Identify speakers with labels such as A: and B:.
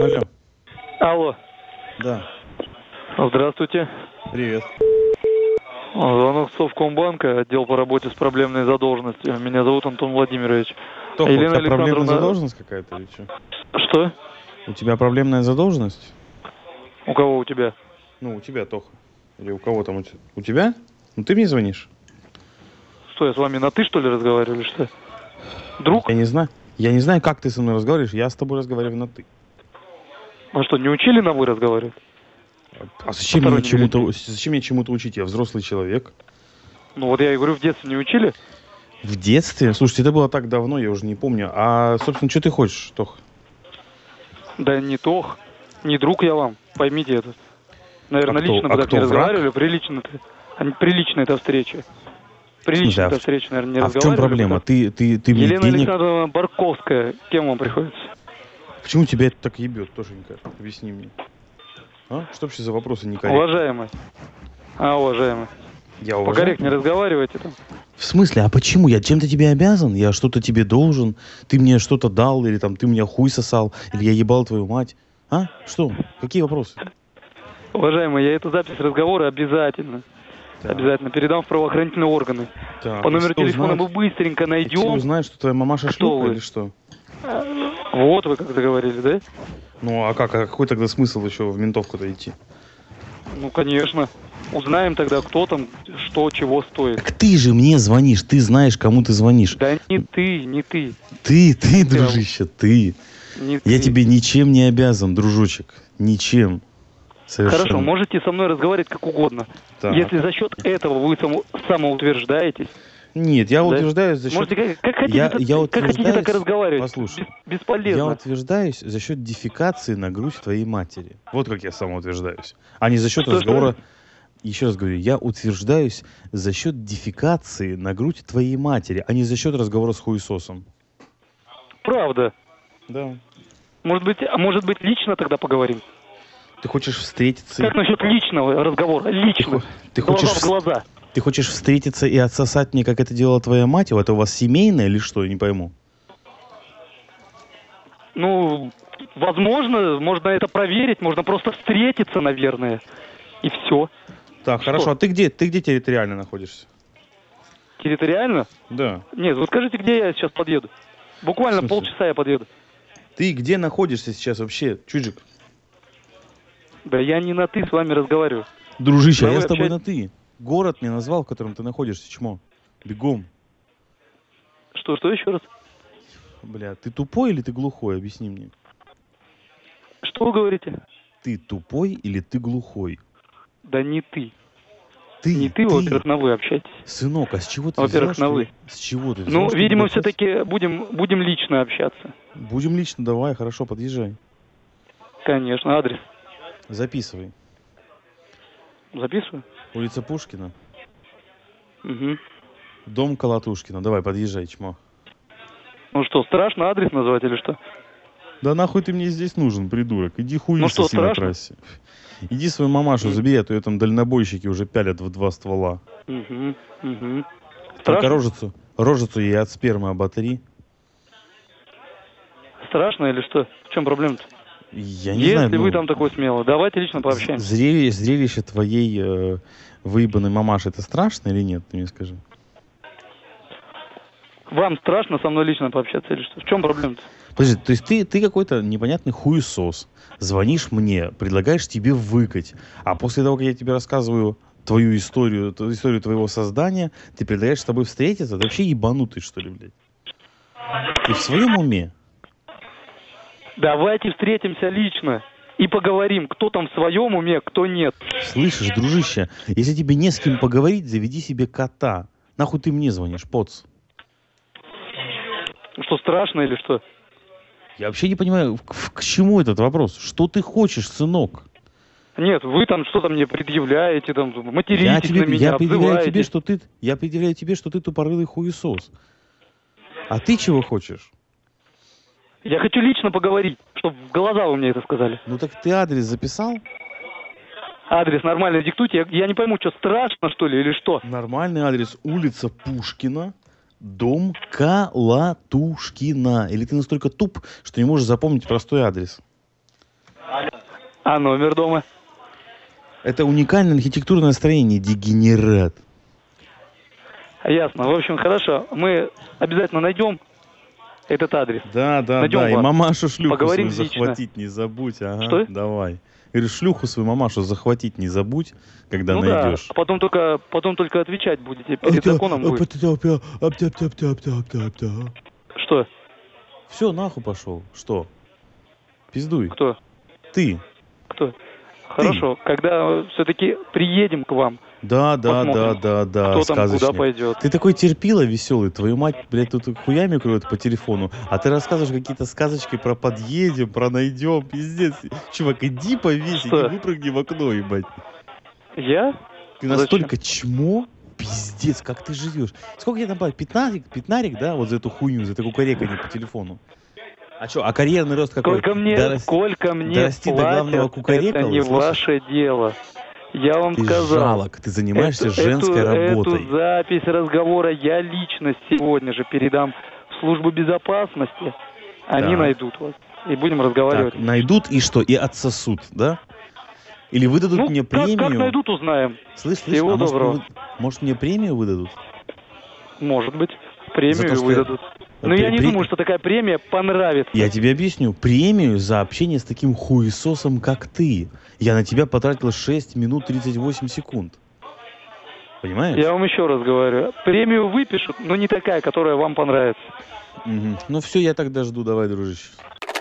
A: Алло.
B: Алло,
A: Да.
B: здравствуйте.
A: Привет.
B: Звонок Совкомбанка, отдел по работе с проблемной задолженностью. Меня зовут Антон Владимирович.
A: Тоха, у
B: Елена
A: тебя проблемная
B: Александровна-
A: задолженность какая-то или что?
B: Что?
A: У тебя проблемная задолженность?
B: У кого у тебя?
A: Ну, у тебя, Тоха. Или у кого там у тебя? У тебя? Ну, ты мне звонишь.
B: Что, я с вами на ты, что ли, разговариваю или что? Друг?
A: Я не знаю. Я не знаю, как ты со мной разговариваешь. Я с тобой разговариваю на ты.
B: А что, не учили на вы разговаривать?
A: А зачем меня
B: Посторонними
A: чему-то, зачем меня чему-то учить? Я взрослый человек.
B: Ну вот я и говорю, в детстве не учили?
A: В детстве? Слушайте, это было так давно, я уже не помню. А, собственно, что ты хочешь, Тох?
B: Да не тох, не друг я вам, поймите это.
A: А
B: Наверное,
A: кто-
B: лично
A: а
B: бы так
A: кто
B: не
A: враг?
B: разговаривали, прилично-то. А не- Прилично-то встреча.
A: а
B: Прилично-то
A: в-
B: встреча, наверное, не
A: а в чем
B: разговаривали.
A: проблема?
B: потому-
A: Ты, ты, ты мне
B: Елена
A: денег...
B: Александровна Барковская, кем вам приходится?
A: Почему тебя это так ебет, Тошенька? Объясни мне. А? Что вообще за вопросы некорректные?
B: Уважаемый. А, уважаемый.
A: Я уважаю.
B: Покорректнее разговаривайте там.
A: В смысле? А почему? Я чем-то тебе обязан? Я что-то тебе должен? Ты мне что-то дал? Или там ты меня хуй сосал? Или я ебал твою мать? А? Что? Какие вопросы?
B: Уважаемый, я эту запись разговора обязательно, обязательно передам в правоохранительные органы.
A: Так,
B: По номеру
A: хотел
B: телефона мы
A: узнать-
B: быстро
A: хотел
B: найдем.
A: узнать, что твоя мамаша
B: Кто
A: шлюха
B: вы?
A: или что?
B: Вот вы как заговорили, да?
A: Ну а как? А какой тогда смысл еще в ментовку-то идти?
B: Ну, конечно. Узнаем тогда, кто там, что, чего стоит.
A: Так ты же мне звонишь, ты знаешь, кому ты звонишь.
B: Да не ты, не ты.
A: Ты, ты,
B: Да.
A: дружище, ты.
B: не
A: Я
B: ты.
A: тебе ничем не обязан, дружочек. Ничем. Совершенно.
B: Хорошо, можете со мной разговаривать как угодно.
A: Так.
B: Если за счет этого вы само- самоутверждаетесь,
A: Нет, я
B: Да.
A: утверждаю за счет...
B: можете как, как хотите,
A: Я-
B: так,
A: я
B: как хотите, так и
A: утверждаюсь-
B: разговаривать.
A: Послушай.
B: Бес- бесполезно.
A: Я утверждаюсь за счет дефикации на грудь твоей матери. Вот как я самоутверждаюсь. А не за счет
B: Что,
A: разговора... Еще раз говорю, я утверждаюсь за счет дефикации на грудь твоей матери, а не за счет разговора с хуесосом.
B: Правда.
A: Да.
B: Может быть, а может быть лично тогда поговорим?
A: Ты хочешь встретиться... и-
B: Как насчет личного разговора?
A: Ты,
B: Лично.
A: хо- ты
B: глаза
A: хочешь,
B: в
A: вс-
B: глаза.
A: ты хочешь встретиться и отсосать мне, как это делала твоя мать? а Это у вас семейное или что? Я не пойму.
B: Ну, возможно, можно это проверить, можно просто встретиться, наверное. И все.
A: Так,
B: Что?
A: хорошо. А ты где? Ты где территориально находишься?
B: Территориально?
A: Да.
B: Нет, вы скажите, где я сейчас подъеду?
A: В
B: Буквально
A: смысле?
B: полчаса я подъеду.
A: Ты где находишься сейчас вообще, Чуджик?
B: Да я не на ты с вами разговариваю.
A: Дружище, а
B: Давай
A: я с тобой
B: общать.
A: на ты. Город мне назвал, в котором ты находишься, чмо. Бегом.
B: Что, что еще раз?
A: Бля, ты тупой или ты глухой? Объясни мне.
B: Что вы говорите?
A: Ты тупой или ты глухой?
B: Да не ты.
A: Ты,
B: Не ты, во-первых, на вы общайтесь.
A: Сынок, а с чего ты
B: Во-первых,
A: взял, что
B: на вы.
A: я- С чего ты взял,
B: Ну,
A: что
B: видимо,
A: я сейчас-
B: все-таки будем, будем лично общаться.
A: Будем лично, давай, хорошо, подъезжай.
B: Конечно, адрес.
A: Записывай.
B: Записываю?
A: Улица Пушкина,
B: Угу.
A: дом Колотушкина. Давай, подъезжай, чмо.
B: Ну что, страшно адрес назвать или что?
A: Да нахуй ты мне здесь нужен, придурок? Иди хуйся
B: Ну что,
A: с ней на
B: страшно?
A: трассе. Иди свою мамашу забери, а то ее там дальнобойщики уже пялят в два ствола.
B: Угу, угу.
A: Только
B: Страшно?
A: рожицу, рожицу ей от спермы а оботри.
B: Страшно или что? В чем проблема-то?
A: Я не
B: Если
A: знаю.
B: вы
A: ну,
B: там такой смелый, давайте лично
A: з-
B: пообщаемся.
A: зрелище, зрелище твоей э, выебанной мамаши, это страшно или нет, ты мне скажи?
B: Вам страшно со мной лично пообщаться или что? В чем проблема-то?
A: Подожди, то есть ты, ты какой-то непонятный хуесос, звонишь мне, предлагаешь тебе выкать, а после того, как я тебе рассказываю твою историю, т- историю твоего создания, ты предлагаешь с тобой встретиться? Ты вообще ебанутый, что ли, блядь? Ты в своем уме?
B: Давайте встретимся лично и поговорим, кто там в своем уме, кто нет.
A: Слышишь, дружище, если тебе не с кем поговорить, заведи себе кота. Нахуй ты мне звонишь, поц?
B: Что, страшно или что?
A: Я вообще не понимаю, к, к чему этот вопрос? Что ты хочешь, сынок?
B: Нет, вы там что-то мне предъявляете, там материтесь
A: Я, тебе,
B: на меня,
A: я предъявляю
B: обзываете.
A: тебе, что ты, я предъявляю тебе, что ты тупорылый хуесос. А ты чего хочешь?
B: Я хочу лично поговорить, чтобы в глаза вы мне это сказали.
A: Ну так ты адрес записал?
B: Адрес нормально диктуйте, я, я не пойму, что страшно что ли или что?
A: Нормальный адрес улица Пушкина, дом Калатушкина. Или ты настолько туп, что не можешь запомнить простой адрес?
B: А номер дома?
A: Это уникальное архитектурное строение, дегенерат.
B: Ясно. В общем, хорошо. Мы обязательно найдем этот адрес.
A: Да, да,
B: Найдем
A: да. И
B: вас.
A: мамашу шлюху
B: Поговорим
A: свою
B: лично.
A: захватить не забудь. Ага,
B: Что?
A: давай. Говорю, шлюху свою мамашу захватить не забудь, когда
B: ну
A: найдешь.
B: да, а потом только, потом только отвечать будете. Перед законом будет. Что?
A: Все, нахуй пошел. Что? Пиздуй.
B: Кто?
A: Ты.
B: Кто? Хорошо, когда все-таки приедем к вам,
A: Да, да, да,
B: Посмотрим,
A: да, да,
B: кто там куда
A: А, сказочник.
B: пойдет.
A: Ты такой терпила веселый, твою мать, блядь, тут хуями кроют по телефону, а ты рассказываешь какие-то сказочки про подъедем, про найдем, пиздец. Чувак, иди повесь,
B: Что?
A: иди выпрыгни в окно, ебать.
B: Я?
A: Ты
B: Зачем?
A: настолько чмо, пиздец, как ты живешь. Сколько тебе там платят? Пятнарик, пятнарик, да, вот за эту хуйню, за это кукареканье по телефону. А что, а карьерный рост какой?
B: Сколько мне,
A: Да рас-
B: сколько мне
A: дорасти до
B: платят,
A: главного кукарекала,
B: это не
A: слышишь?
B: ваше дело. Я вам
A: Ты
B: сказал.
A: жалок, ты занимаешься
B: Эту-
A: женской
B: эту-
A: работой.
B: Эту запись разговора я лично сегодня же передам в службу безопасности. Они
A: Так.
B: найдут вас. И будем разговаривать.
A: Так, найдут и что, и отсосут, да? Или выдадут
B: ну,
A: мне
B: как- как,
A: премию?
B: найдут, узнаем.
A: Слышь, слышь,
B: Всего
A: а может,
B: доброго.
A: мне вы- может, мне премию выдадут?
B: Может быть, премию
A: За то, что я-
B: выдадут. Но Ну, я
A: Пре-
B: не
A: пре-
B: думаю, что такая премия понравится.
A: Я тебе объясню. Премию за общение с таким хуесосом, как ты. Я на тебя потратил 6 минут 38 секунд. Понимаешь?
B: Я вам еще раз говорю. Премию выпишут, но не такая, которая вам понравится.
A: Мгм. Ну все, я тогда жду. Давай, дружище.